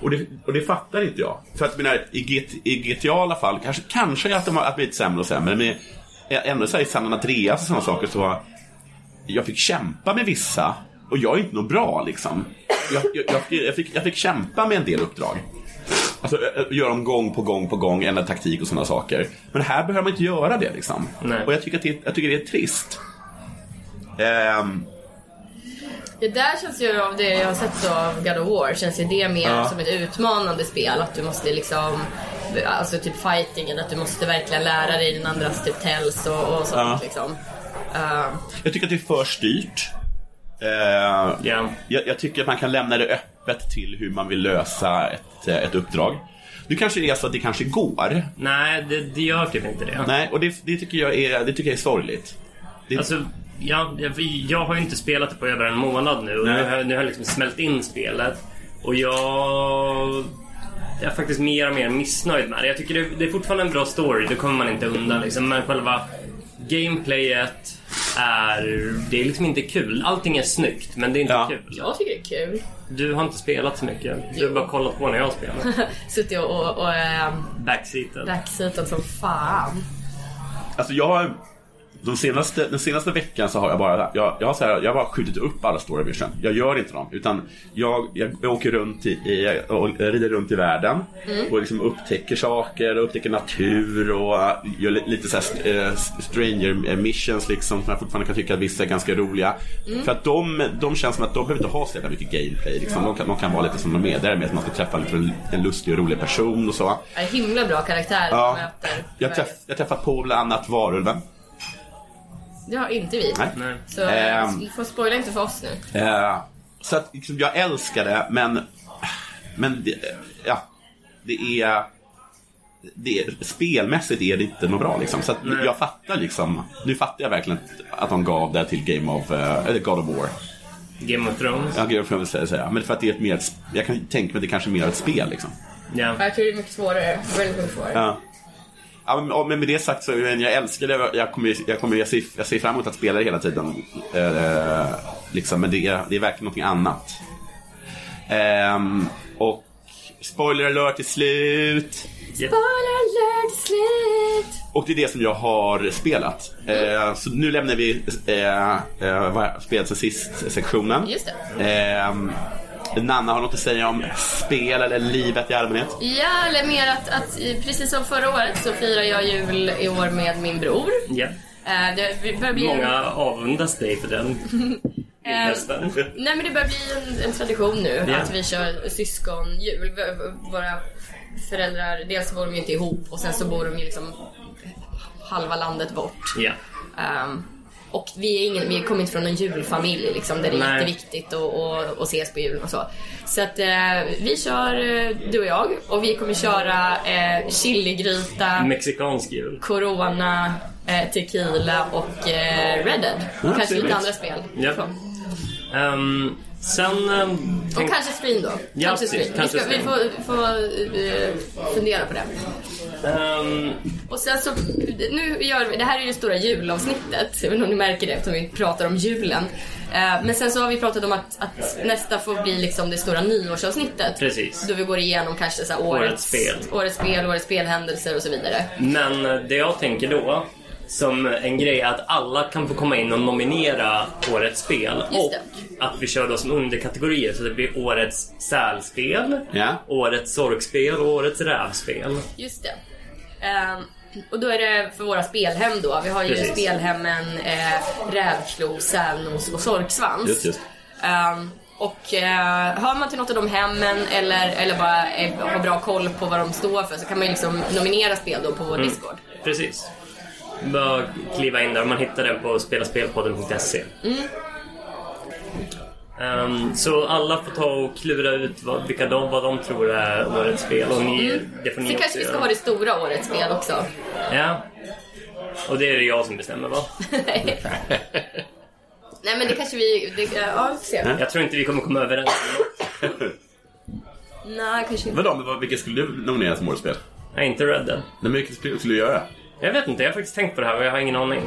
S2: Och det, och det fattar inte jag. För att mina, i, GT, i GTA i alla fall, kanske, kanske att de har blivit sämre och sämre. Men ändå så här, i San Andreas och sådana saker så var jag fick kämpa med vissa och jag är inte något bra liksom. Jag, jag, jag, jag, fick, jag fick kämpa med en del uppdrag. Alltså ö- ö- göra dem gång på gång på gång, ändra taktik och sådana saker. Men här behöver man inte göra det liksom.
S3: Nej.
S2: Och jag tycker att det, jag tycker det är trist. Ehm,
S1: Det där känns ju av det jag har sett så av God of War känns ju det mer som ett utmanande spel. Att du måste liksom, alltså typ fightingen, att du måste verkligen lära dig den andras typ tells och, och sånt
S2: Ja.
S1: liksom. Eh,
S2: jag tycker att det är för styrt. Ehm,
S3: Ja.
S2: jag, jag tycker att man kan lämna det öppet till hur man vill lösa ett, eh, ett uppdrag. Nu kanske det är så att det kanske går.
S3: Nej, det, det gör typ inte det.
S2: Nej, och det, det, tycker, jag är, det tycker jag är sorgligt. Det,
S3: Alltså, jag, jag, jag har ju inte spelat det på över en månad nu. Och nu,
S2: Nej.
S3: har, nu har jag liksom smält in spelet. Och jag... Jag är faktiskt mer och mer missnöjd med det. Jag tycker det, det är fortfarande en bra story, det kommer man inte undan. Liksom. Men själva gameplayet är... Det är liksom inte kul. Allting är snyggt, men det är inte
S2: Ja.
S3: kul.
S1: jag tycker det är kul.
S3: Du har inte spelat så mycket. Du har bara kollat på när jag spelar.
S1: Suttit och, och, och ehm,
S3: Backseated.
S1: backseatat som fan.
S2: Alltså jag har... De senaste, den senaste veckan så har jag bara, jag, jag har, så här, jag har bara skjutit upp alla story mission. Jag gör inte dem. Utan jag, jag, åker runt i, i, och rider runt i världen och liksom upptäcker saker, upptäcker natur och äh, gör li- lite så här, st- eh, st- stranger eh, missions liksom som jag fortfarande kan tycka att vissa är ganska roliga. För att de, de känns som att de behöver inte ha så jävla mycket gameplay. Liksom. De, kan, de kan vara lite som de är. Därmed att man ska träffa lite, en lustig och rolig person och så.
S1: Ja, himla bra karaktärer
S2: Ja.
S1: man möter.
S2: Jag, träff, jag träffar på bland annat Varulven.
S1: Det har inte vi.
S2: Nej.
S3: Nej.
S1: Så eh,
S2: Ehm.
S1: du får spoila inte för oss nu.
S2: Eh, så att liksom, jag älskar det, men... Men det, ja, det är... Det är, spelmässigt är det inte något bra liksom. Så att nu- jag fattar liksom. Nu fattar jag verkligen att de gav det till Game of... eh, Eller God of War.
S3: Game of Thrones.
S2: Ja, Game of Thrones säger säga. Men för att det är ett mer... Jag kan tänka mig att det kanske är mer ett spel liksom.
S3: Ja.
S1: Jag tror det är mycket svårare. Väldigt mycket svårare.
S2: Ja. Ja, men- ja, men med det sagt så men jag älskar det. Jag, kommer, jag, kommer, jag, ser, jag ser fram emot att spela det hela tiden. Eh, liksom, men det är, det är verkligen någonting annat. Ehm, och spoiler alert till slut.
S1: Spoiler alert slut!
S2: Och det är det som jag har spelat. Eh, så nu lämnar vi eh, eh, vad- spelet sen sist-sektionen.
S1: Just det.
S2: Ehm, Nanna har något att säga om spel eller livet i allmänhet?
S1: Ja, eller mer att, att eh, precis som förra året så firar jag jul i år med min bror.
S3: Ja.
S1: Eh, Det vi börjar bli,
S3: Många avundas dig för den. Nästan.
S1: nej men det börjar bli en, en tradition nu
S3: Ja.
S1: att vi kör syskonjul. V- v- Våra föräldrar, dels så bor de ju inte ihop och sen så bor de ju liksom halva landet bort.
S3: Ja.
S1: Ehm, och vi, är ingen, vi kommer inte från en julfamilj liksom, där det är
S3: Nej.
S1: jätteviktigt att och, och ses på julen och så. Så att eh, vi kör, eh, du och jag, och vi kommer köra eh, chiligryta,
S3: Mexikansk jul.
S1: corona, eh, tequila och eh, Red Dead. Och kanske lite
S2: trevligt.
S1: andra spel.
S3: Ja.
S1: Så.
S3: Ehm, sen... ehm,
S1: Och
S3: tänk-
S1: kanske Scream då.
S3: Ja,
S1: kanske
S3: precis.
S1: Scream.
S3: Kanske
S1: vi, ska, vi
S3: Scream.
S1: får, får eh, fundera på det.
S3: ehm,
S1: Och sen så, nu gör vi, det här är ju det stora julavsnittet. Jag vet inte om ni märker det eftersom vi pratar om julen. Eh, Men sen så har vi pratat om att, att nästa får bli liksom det stora nyårsavsnittet.
S3: Precis.
S1: Då vi går igenom kanske så här årets,
S3: Årets spel.
S1: årets spel, årets spelhändelser och så vidare.
S3: men eh, det jag tänker då, som en grej, är att alla kan få komma in och nominera årets spel.
S1: Just
S3: och
S1: det.
S3: att vi kör då som underkategorier, så det blir årets sälspel,
S2: Ja.
S3: årets sorgspel och årets rävspel.
S1: Just det. Ehm, och då är det för våra spelhem då. Vi har ju
S3: Precis.
S1: spelhemmen eh, Rävklo, Sälnos och Sorksvans.
S2: Just, just.
S1: Ehm, och eh, hör man till något av de hemmen eller, eller bara eh, har bra koll på vad de står för så kan man ju liksom nominera spel då på vår
S2: Mm.
S1: Discord.
S3: Precis. Bara kliva in där. Man hittar den på spelaspelpodden.se. Mm. Ehm, så alla får ta och klura ut vad, vilka de, vad de tror är årets spel. Och ni, det får
S1: Sen
S3: ni också
S1: Mm. kanske vi ska
S3: göra.
S1: ha det stora årets spel
S2: [laughs]
S1: också.
S3: Ja. Och det är det jag som bestämmer va?
S1: Nej men det kanske vi... Det, ja, vi får se.
S3: Jag tror inte vi kommer komma överens.
S1: Nej, kanske inte.
S2: Vadå, men vad- vilket skulle du nominera som årets spel?
S3: Jag är inte rädd än.
S2: Nej, men vilket spel skulle du göra? Mm.
S3: Jag vet inte, jag har faktiskt tänkt på det här men jag har ingen aning.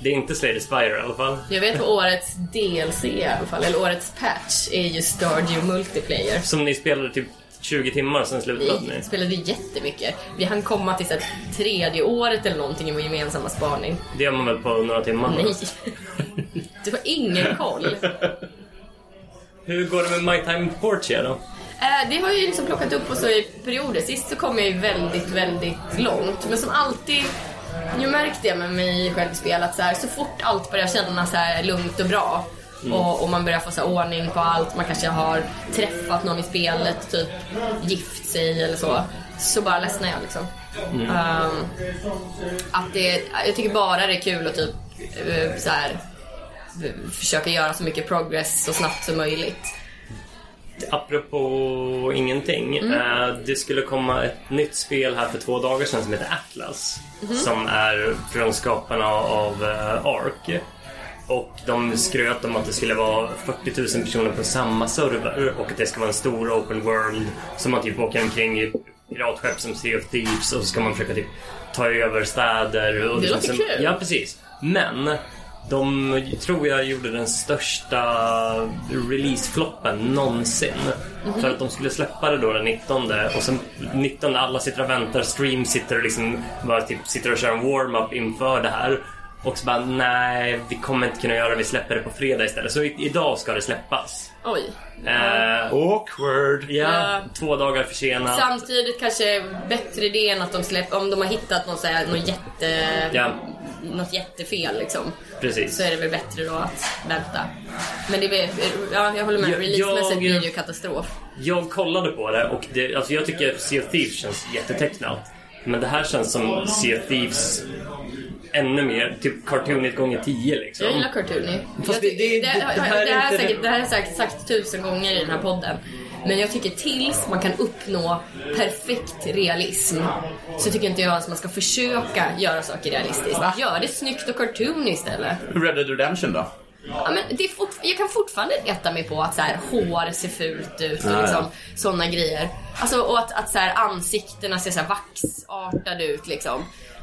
S3: Det är inte Slay the Spire i alla fall.
S1: Jag vet på årets DLC i alla fall, eller årets patch, är ju Stardew Multiplayer.
S3: Som ni spelade typ 20 timmar sen slutade ni.
S1: Vi spelade ju jättemycket. Vi hann komma till så här, tredje året eller någonting i vår gemensamma spaning.
S3: Det gör man väl på några timmar?
S1: Nej. Du har ingen koll.
S3: Hur går det med My Time in Portia då?
S1: Eh, Det har jag ju liksom plockat upp och så i perioder. Sist så kom jag ju väldigt, väldigt långt. Men som alltid, nu märkte jag med mig själv i spel att så, här, så fort allt börjar kännas så här lugnt och bra och, och man börjar få så här ordning på allt, man kanske har träffat någon i spelet, typ gift sig eller så. Så bara ledsnar jag liksom. Ehm, att det, jag tycker bara det är kul att typ eh, så här, v- försöka göra så mycket progress så snabbt som möjligt.
S3: Apropå ingenting.
S1: Mm.
S3: eh, det skulle komma ett nytt spel här för två dagar sedan som heter Atlas.
S1: Mhm.
S3: Som är från skaparna av eh, Ark. Och de skröt om att det skulle vara 40 000 personer på samma server och att det ska vara en stor open world som man typ åker omkring i piratskepp som Sea of Thieves och så ska man försöka typ ta över städer. Och
S1: Det låter
S3: som-
S1: kul.
S3: Ja, precis. Men de tror jag gjorde den största releasefloppen någonsin. För att de skulle släppa det då den 19 och sen 19 alla sitter och väntar, stream sitter och liksom bara typ sitter och kör en warm-up inför det här. Och så bara nej, vi kommer inte kunna göra det, vi släpper det på fredag istället. Så i- idag ska det släppas.
S1: Oj.
S3: Eh,
S2: Awkward.
S3: ja,
S1: Ja.
S3: två dagar försenat.
S1: Samtidigt kanske bättre idé än att de släpper, om de har hittat någon, så här, någon jätte,
S3: Ja.
S1: något jättefel liksom.
S3: Precis.
S1: Så är det väl bättre då att vänta. Men det är, ja, jag håller med,
S3: Jag-
S1: releasemässigt
S3: jag-
S1: blir det ju katastrof.
S3: Jag kollade på det och det, alltså jag tycker Sea of Thieves känns jättetecknat. Men det här känns som Sea of Thieves ännu mer, typ cartoonigt gånger 10 liksom.
S1: Jag gillar Cartoony.
S3: Fast
S1: Jag
S3: det-
S1: ty-
S3: det-
S1: det,
S3: det här
S1: här
S3: är
S1: det här har
S3: inte-
S1: säkert- det här har jag säkert sagt tusen gånger i den här podden. Men jag tycker tills man kan uppnå perfekt realism så tycker inte jag att man ska försöka göra saker realistiskt. Gör det snyggt och cartoon istället.
S2: Red Dead Redemption då?
S1: Ja, men det är fort, jag kan fortfarande reta mig på att så här, hår ser fult ut och
S2: Ja, ja.
S1: liksom, sådana grejer. Alltså, och att, att så här, ansiktena ser så här, vaxartade ut. Liksom.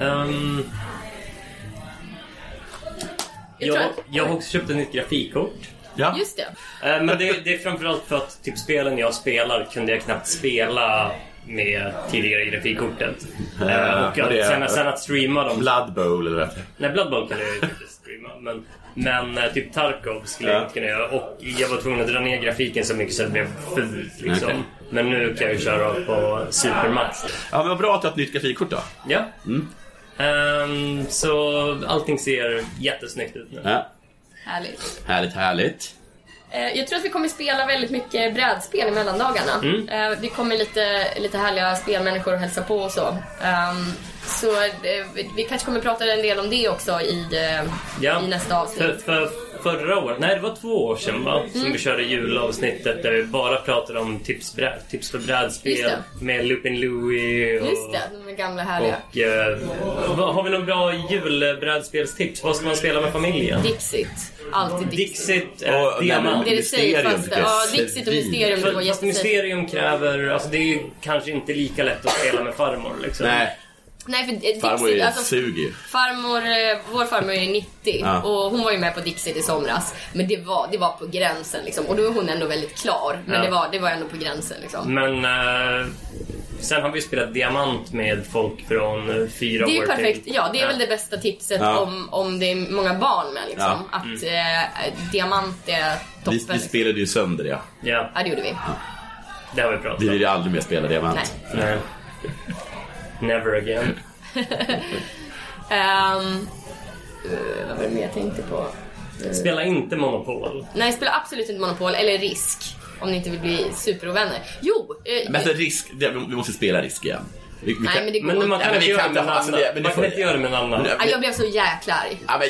S3: ehm,
S1: Jag tror
S3: jag,
S1: att-
S3: jag har också köpt ett nytt grafikkort.
S2: Ja.
S1: Just det.
S3: Eh, Men det, det är framförallt för att typ spelen jag spelar kunde jag knappt spela med tidigare grafikkortet. Eh,
S2: Eh,
S3: och
S2: vad det
S3: att,
S2: är-
S3: sen, sen att streama dem
S2: Blood Bowl eller vad det heter.
S3: Nej, Blood Bowl kunde jag ju inte streama. Men, men eh, typ Tarkov skulle jag
S2: Ja.
S3: inte kunna göra. Och jag var tvungen att dra ner grafiken så mycket så det blev fult liksom.
S2: Okej.
S3: Men nu kan jag ju köra på supermax.
S2: Ja, men vad bra att du har ett nytt grafikkort då.
S3: Ja. Ehm, så allting ser jättesnyggt ut nu.
S2: Ja.
S1: Härligt.
S2: Härligt, härligt.
S1: Eh, Jag tror att vi kommer spela väldigt mycket brädspel i mellandagarna. Eh, Det kommer lite, lite härliga spelmänniskor att hälsa på och så. Ehm, så eh, vi- vi kanske kommer prata en del om det också i, eh, i nästa
S3: För,
S1: avsnitt. Mm.
S3: för, förra året, nej det var två år sedan va? Som vi körde julavsnittet där vi bara pratade om tips, brä, tips för
S1: Just
S3: brädspel
S1: det.
S3: med Lupin Louie och...
S1: Just det, de gamla härliga.
S3: Och eh, vad- har vi några bra julbrädspelstips? Vad ska man spela med familjen?
S1: Dixit. Alltid Dixit.
S3: Dixit, eh,
S2: Och-
S3: Diamant.
S2: nej,
S1: Det är det safe
S2: Mysterium,
S1: Ja,
S2: förstås.
S1: Dixit och Mysterium. Det
S3: För-
S1: var
S3: Fast
S1: jättesafe.
S3: alltså, Mysterium kräver... Alltså det är ju kanske inte lika lätt att spela med farmor liksom.
S2: Nej.
S1: Nej, för eh,
S2: Farmor
S1: Dixie-
S2: är
S1: alltså,
S2: suger.
S1: Farmor, eh, vår farmor är 90
S2: Ja.
S1: och hon var ju med på Dixie i somras. Men det var, det var på gränsen liksom. Och då är hon ändå väldigt klar. Men
S3: Ja.
S1: det, var, det var ändå på gränsen liksom.
S3: Men eh, sen har vi spelat diamant med folk från eh, fyra år
S1: Det är ju
S3: till.
S1: perfekt. Ja, det är väl det bästa tipset
S2: Ja.
S1: om, om det är många barn med liksom. Att eh, diamant är toppen.
S2: Vi, vi
S1: liksom.
S2: spelade ju sönder det.
S3: Ja,
S1: Ja, det gjorde vi.
S3: det har vi pratat
S2: Vi vill
S3: om.
S2: ju aldrig mer spela diamant.
S1: Nej.
S3: Nej. Never again.
S1: Ehm, eh, vad var det mer jag tänkte på?
S3: Spela inte Monopol.
S1: Nej, spela absolut inte Monopol eller Risk. Om ni inte vill bli superovänner. Jo! eh,
S2: Men alltså, risk, det, vi måste spela risk igen. Vi, vi
S1: nej, men det går
S3: Men man
S1: inte.
S2: men
S3: kan inte
S2: vi
S3: göra
S2: kan
S3: det med
S2: inte
S3: någon
S2: ha- men det- men
S3: annan.
S2: det
S3: Man
S2: får-
S3: kan inte göra det med någon annan.
S2: Men-
S1: Ja, jag blev så jäkla arg.
S2: Ja, men,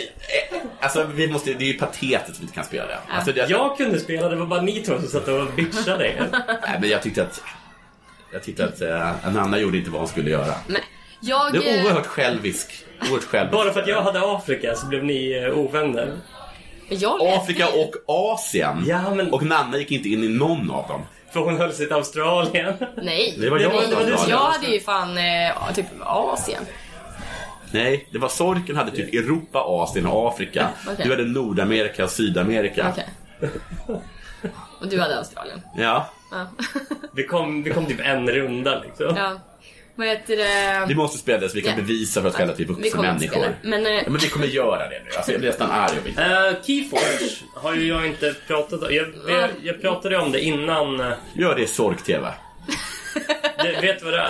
S2: eh, alltså, vi måste, det är ju patetiskt att vi inte kan spela det. Alltså, det
S3: Jag kunde spela, det var bara ni två som satt och bitchade er.
S2: nej, men jag tyckte att, jag tyckte att eh, Nanna gjorde inte vad hon skulle göra.
S1: Men jag...
S2: Det är
S1: eh,
S2: oerhört självisk. Oerhört självisk.
S3: Bara för att jag hade Afrika så blev ni eh, ovänner.
S1: eh, jag lät-
S2: Afrika och Asien.
S3: Ja, men-
S2: Och Nanna gick inte in i någon av dem.
S3: För hon höll sig till Australien. [laughs]
S1: Nej.
S2: Det var jag
S1: Nej,
S2: som
S1: det var
S2: var
S1: du-
S2: galen.
S1: Jag hade ju fan eh, typ Asien.
S2: Nej, det var Sorken hade typ Europa, Asien och Afrika.
S1: Okej.
S2: Du hade Nordamerika och Sydamerika. [laughs]
S1: Okej. Och du hade Australien.
S2: Ja.
S1: Ja.
S3: Vi kom, vi kom typ en runda liksom.
S1: ja. Vad heter det?
S2: Vi måste spela det så vi kan
S1: Nej.
S2: bevisa för oss själva att vi är
S1: Vi
S2: vuxna
S1: kommer inte
S2: människor.
S1: spela. Men, eh,
S2: Ja, men vi kommer göra det nu. Alltså, jag blir nästan arg om vi inte...
S3: Eh, Keyforge har ju jag inte pratat om. Jag, jag, jag pratade om det innan. eh,
S2: Gör det i Sork-TV.
S3: Det, vet du vad det är?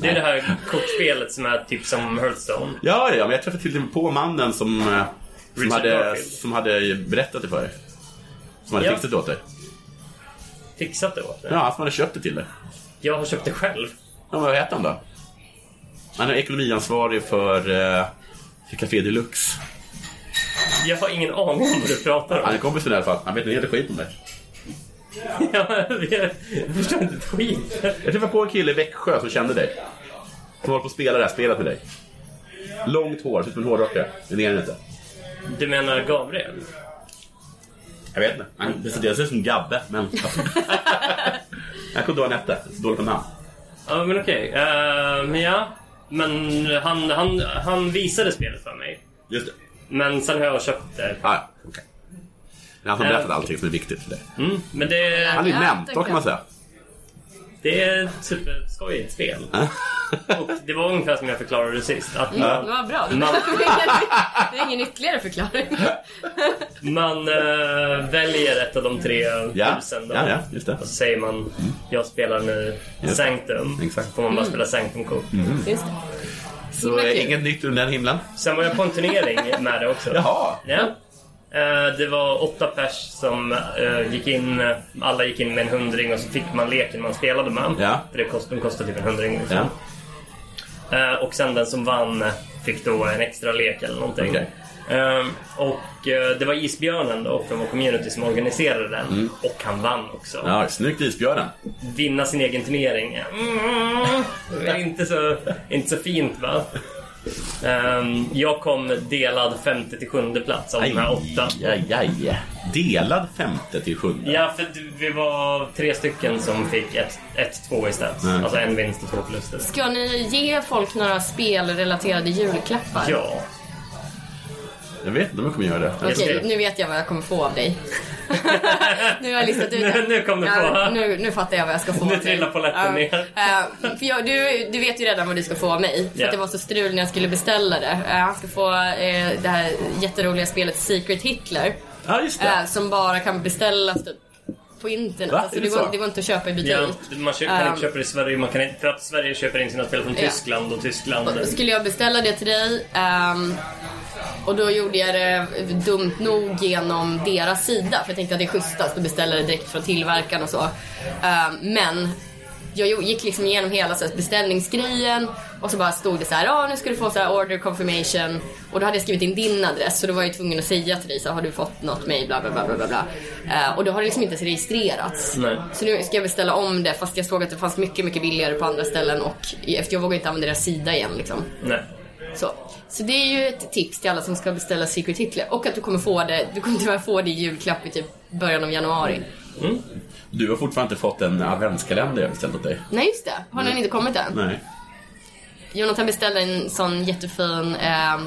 S3: Det är det här kortspelet som är typ som Hearthstone.
S2: Ja, ja, men jag träffade till och med på mannen som, eh, som,
S3: Richard
S2: hade,
S3: Garfield.
S2: som hade berättat det för dig. Som hade
S3: Ja.
S2: fixat det åt dig.
S3: Fixat det åt
S2: Ja,
S3: dig.
S2: han som hade köpt det till dig.
S3: Jag har köpt det själv.
S2: Ja, men vad heter han då? Han är ekonomiansvarig för, eh, för Café Deluxe.
S3: Jag har ingen aning om vad du pratar
S2: Han
S3: om.
S2: är kompis med i alla fall. Han vet inte helt skit om det.
S3: [laughs] Jag förstår inte ett skit.
S2: Jag träffade på en kille i Växjö som kände dig. Som håller på att spela det här spelet med dig. Långt hår, ser ut som en hårdrockare. Men det är han inte.
S3: Du menar Gabriel?
S2: Jag vet inte. Han presenterade sig som Gabbe, [laughs] men... jag kommer inte ihåg vad han hette. Så dåligt på namn.
S3: Ja, men okej. Eh, men ja. Men han, han, han visade spelet för mig.
S2: Just det.
S3: Men sen har jag köpt det.
S2: Ah, ja, okej. Det är han som
S3: Eh.
S2: berättat allting som är viktigt för dig.
S3: Mm, men det,
S2: Han är
S1: Ja,
S2: mentor
S1: tack.
S2: kan man säga.
S3: det är superskojigt spel. Och det var ungefär som jag förklarade det sist. Att
S1: Mm, Det
S3: man,
S1: var bra. [laughs] Det
S3: Man-
S1: är ingen- det är ingen ytterligare
S2: [laughs]
S1: förklaring.
S3: man eh, väljer ett av de tre
S2: Ja,
S3: husen. Då.
S2: ja, ja just det.
S3: Och så säger man, jag spelar nu
S2: Just det.
S3: Sanctum.
S2: Exakt. Mm.
S3: Så får man bara spela Sanctum-kort.
S1: Just det.
S2: Så
S1: Himla
S2: eh,
S1: kul.
S2: inget nytt under den himlen.
S3: Sen var jag på en turnering med det också.
S2: Jaha.
S3: Ja. Eh, Det var åtta pers som eh, gick in. eh, Alla gick in med en hundring och så fick man leken man spelade med.
S2: Ja.
S3: För det kost, de kostade typ en hundring. Liksom.
S2: Ja.
S3: Eh, och sen den som vann eh, fick då en extra lek eller någonting.
S2: Okej.
S3: Eh, och eh, det var Isbjörnen då från vår community som organiserade den. Och han vann också.
S2: Mm. Ja, snyggt isbjörnen.
S3: Vinna sin egen turnering. Mm, det är inte, så, inte så fint va? Ehm, jag kom delad femte till sjunde plats av de här åtta.
S2: aj, aj. Delad femte till sjunde.
S3: Ja, för du- vi var tre stycken som fick ett, ett två i stats.
S2: Mm.
S3: Alltså en vinst och två förluster.
S1: Ska ni ge folk några spelrelaterade julklappar?
S3: Ja.
S2: Jag vet inte om jag kommer göra det.
S1: Okej, nu vet jag vad jag kommer få av
S3: [laughs]
S1: dig. nu har jag listat ut
S3: Nu-
S1: det.
S3: nu kom du
S1: Ja,
S3: på.
S1: nu, nu fattar jag vad jag ska få
S3: Nu
S1: av dig.
S3: trillar polletten
S1: Ja.
S3: ner.
S1: Eh, för jag, du, du vet ju redan vad du ska få av mig. För
S3: Ja.
S1: att det var så strul när jag skulle beställa det. Eh, han ska få eh, det här jätteroliga spelet Secret Hitler.
S2: Ja, just
S1: eh,
S2: det.
S1: som bara kan beställas typ på internet.
S2: Va?
S1: Alltså,
S2: Är
S1: det,
S2: det
S1: går,
S2: så?
S1: det går inte att köpa i butik.
S3: Ja, man kö- kan
S1: Ehm.
S3: inte köpa det i Sverige. Man kan inte, för att Sverige köper in sina spel från
S1: Ja.
S3: Tyskland och Tyskland.
S1: Och Skulle jag beställa det till dig ehm, och då gjorde jag det dumt nog genom deras sida för jag tänkte att det är schysstast att beställa det direkt från tillverkaren och så. Ehm, men jag jo- gick liksom igenom hela så här, beställningsgrejen och så bara stod det så här, ja ah, nu ska du få så här order confirmation och då hade jag skrivit in din adress så då var jag ju tvungen att säga till dig så här, har du fått något mejl bla bla bla bla bla. bla. Eh, och då har det liksom inte ens registrerats.
S3: Nej.
S1: Så nu ska jag beställa om det fast jag såg att det fanns mycket, mycket billigare på andra ställen och efter jag vågar inte använda deras sida igen liksom.
S3: Nej.
S1: Så. Så det är ju ett tips till alla som ska beställa Secret Hitler. Och att du kommer få det, du kommer tyvärr få det i julklapp i typ början av januari.
S2: Du har fortfarande inte fått en adventskalender jag har beställt åt dig.
S1: Nej just det, har den inte kommit än?
S2: Nej.
S1: Jonathan beställde en sån jättefin eh,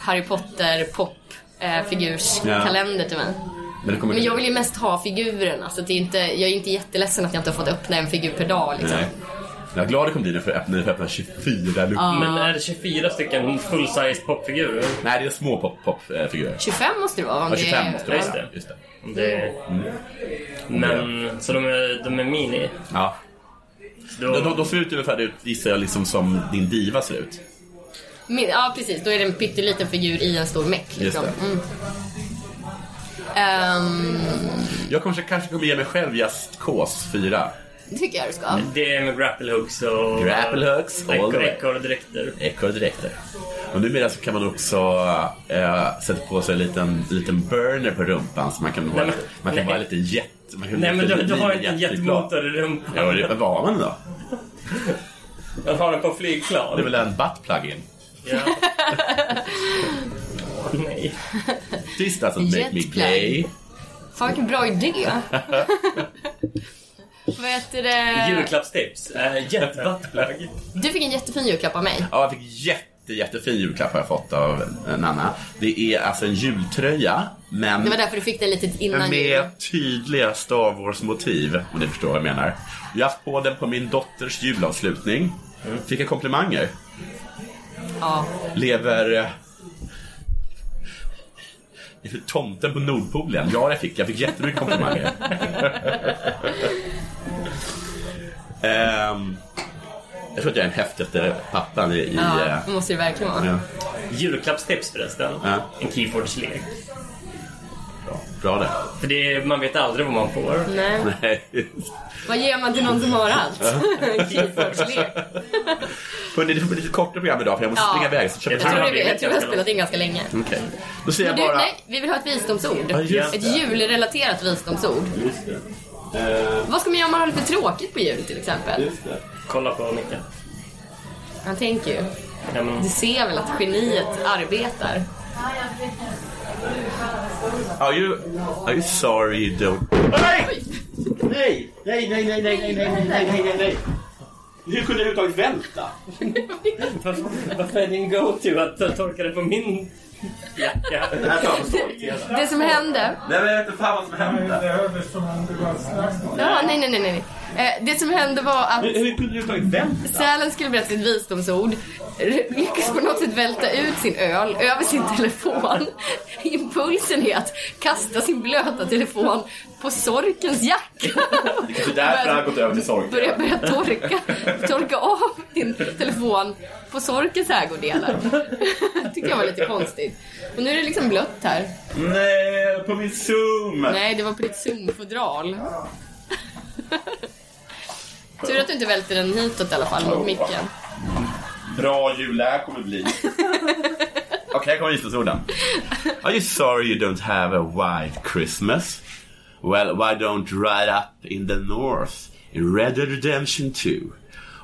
S1: Harry Potter pop eh, figurskalender till mig.
S2: Men, det kommer
S1: Men
S2: inte-
S1: jag vill ju mest ha figurerna. Så det är inte, jag är ju inte jätteledsen att jag inte har fått öppna en figur per dag. Liksom.
S2: Nej. Jag är glad det kom dit för att öppna, för att öppna 24 luckor.
S3: Men är det 24 stycken full-size popfigurer?
S2: Nej, det är små pop-pop-figurer.
S1: 25 måste det vara. Om
S2: Ja, 25
S1: det är,
S2: måste det
S3: just
S2: vara.
S3: det.
S2: Just det.
S3: Det...
S2: Mm.
S3: Men, så de är, de är mini?
S2: Ja.
S3: Då,
S2: De, de, de ser ut ungefär ut, gissar jag, liksom som din diva ser ut.
S1: Min- Ja, precis. Då är det en pytteliten figur i en stor meck.
S2: Just
S1: Liksom.
S2: det.
S1: Mm. Ehm,
S2: Jag kanske, kanske kommer ge mig själv just KS 4.
S1: det tycker jag du ska.
S3: Det är med grapple hooks och...
S2: Grapple hooks, all the
S3: Ekor,
S2: way.
S3: ekorrdräkter.
S2: Ekorrdräkter. Och numera så kan man också eh, sätta på sig en liten, liten burner på rumpan så man kan vara,
S3: men-
S2: man kan
S3: nej.
S2: vara lite jet. Man kan
S3: Nej men du,
S2: lite
S3: du
S2: liten
S3: har inte en
S2: jätteglad.
S3: jättemotor i
S2: Ja,
S3: rumpan.
S2: det, vad har man då?
S3: Jag har den på
S2: Det är
S3: flygplan.
S2: väl en butt plug-in.
S3: Ja. Nej.
S2: This doesn't alltså, make me
S1: Jet
S2: gay.
S1: Fan vilken bra idé. [laughs] Vad heter det?
S3: Julklappstips. Äh, Jetbuttplug.
S1: Du fick en jättefin julklapp av mig.
S2: Ja, jag fick jätte, jättefin julklapp har jag fått av eh, Nanna. Det är alltså en jultröja, men
S1: Det var därför du fick den lite innan jul.
S2: Med tydliga Star Wars-motiv, om ni förstår vad jag menar. Jag har haft på den på min dotters julavslutning.
S3: Mm.
S2: Fick jag komplimanger.
S1: Ja.
S2: Lever... eh, Tomten på Nordpolen. Ja, jag fick. Jag fick jättemycket [laughs] komplimanger. Ehm, jag tror att jag är den häftigaste pappan i... i
S1: ja,
S2: eh,
S1: det måste det verkligen vara.
S2: ja.
S3: Julklappstips förresten.
S2: Ja.
S3: En Keyforge-lek.
S2: Bra, bra det.
S3: För det, är- man vet aldrig vad man får.
S1: Nej. [laughs]
S2: Nej.
S1: eh, Vad ger man till någon som har allt? [laughs] Keyforge-lek.
S2: Hörrni, det får bli lite kortare program idag för jag måste
S1: Ja.
S2: springa iväg. Så köper
S3: Jag
S1: Jag
S2: jag
S1: tror
S3: har
S1: det blir-
S3: blivit
S1: Jag tror vi har
S3: ganska
S1: spelat in ganska länge.
S2: Okej. Då säger
S1: Men
S2: Mm. jag
S1: du,
S2: bara...
S1: nej, vi vill ha ett visdomsord.
S2: Ja, just det.
S1: Ett julrelaterat visdomsord.
S2: Just det. Eh,
S1: Vad ska man göra om man har lite tråkigt på jul till exempel?
S2: just det.
S3: Kolla på Micke.
S1: Han tänker ju.
S3: Ja, men,
S1: Du ser väl att geniet arbetar?
S2: Are you, are you sorry you don't... Nej! Nej! Nej, nej, nej, nej, nej, nej, nej, nej, nej, nej, nej. Hur kunde jag överhuvudtaget vänta?
S3: [laughs] varför, varför är din go-to att torka det på min jacka?
S2: [laughs] Det här tar på stoltheten.
S1: Det som hände...
S2: Nej, men jag vet inte fan vad som hände.
S1: Ja, nej, nej, nej, nej. Eh, Det som hände var att
S2: Hur, hur kunde du överhuvudtaget vänta?
S1: sälen skulle berätta sitt visdomsord. R- Lyckas på något sätt välta ut sin öl över sin telefon. [laughs] Impulsen är att kasta sin blöta telefon på sorkens jacka.
S2: Det är därför han
S1: [laughs]
S2: har gått över till
S1: börja,
S2: sorg.
S1: börja torka, torka av din telefon på Sorkens ägodelar. [laughs] tycker jag var lite konstigt. Och nu är det liksom blött här.
S2: Nej, på min zoom!
S1: Nej, det var på ditt Zoom-fodral. Tur att du inte välter den hitåt i alla fall, mot micken.
S2: Bra jul det här kommer bli. Okej, här kommer visdomsorden. Are you sorry you don't have a white Christmas? Well, why don't ride up in the north in Red Dead Redemption 2?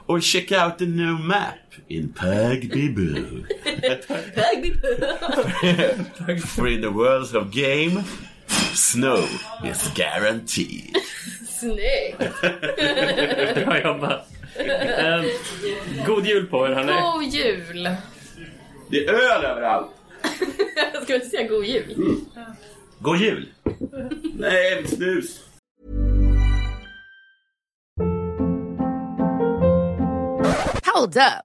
S2: Or check out the new map in Pugby Boo. [laughs] For in the world of game, snow is guaranteed.
S1: Snyggt!
S3: Bra jobbat. Ehm, god jul på er hörni.
S1: God jul!
S2: Det är öl överallt!
S1: Jag skulle inte säga god jul.
S2: God jul! Nej, snus!
S5: Hold up.